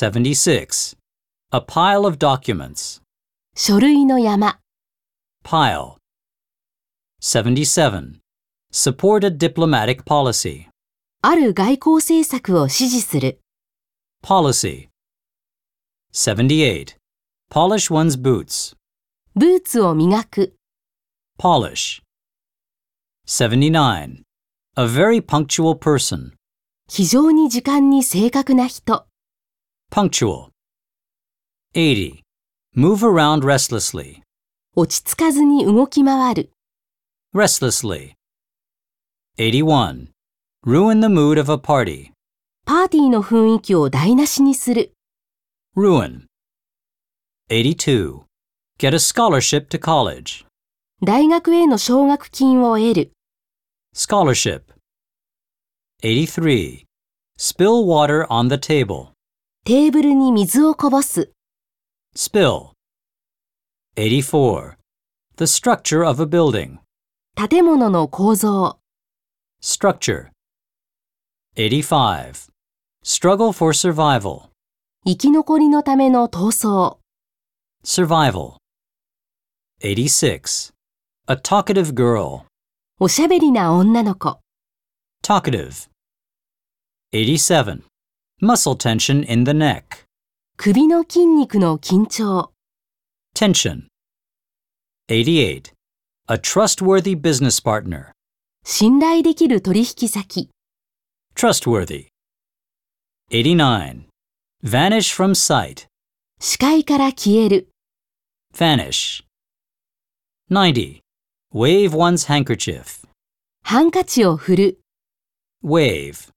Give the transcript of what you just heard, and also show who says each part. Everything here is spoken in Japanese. Speaker 1: 76. A pile of documents.
Speaker 2: 書類の山、
Speaker 1: Pile. 77. Support a diplomatic policy.
Speaker 2: ある外交政策を支持する、
Speaker 1: Policy. 78. Polish one's boots.
Speaker 2: ブーツを磨く、
Speaker 1: Polish. 79. A very punctual person.
Speaker 2: 非常に時間に正確な人、
Speaker 1: Punctual. 80. Move around restlessly.
Speaker 2: 落ち着かずに動き回る、
Speaker 1: Restlessly. 81. Ruin the mood of a party.
Speaker 2: パーティーの雰囲気を台無しにする、
Speaker 1: Ruin. 82. Get a scholarship to college.
Speaker 2: 大学への奨学金を得る、
Speaker 1: Scholarship. 83. Spill water on the table.
Speaker 2: テーブルに水をこぼす、
Speaker 1: Spill. 84. The structure of a building.
Speaker 2: 建物の構造、
Speaker 1: Structure. 85. Struggle for survival.
Speaker 2: 生き残りのための闘争、
Speaker 1: Survival. 86. A talkative girl.
Speaker 2: おしゃべりな女の子、
Speaker 1: Talkative. 87. Muscle tension in the neck.
Speaker 2: 首の筋肉の緊張、
Speaker 1: Tension. 88. A trustworthy business partner.
Speaker 2: 信頼できる取引先、
Speaker 1: Trustworthy. 89. Vanish from sight.
Speaker 2: 視界から消える、
Speaker 1: Vanish. 90. Wave one's handkerchief.
Speaker 2: ハンカチを振る。
Speaker 1: Wave.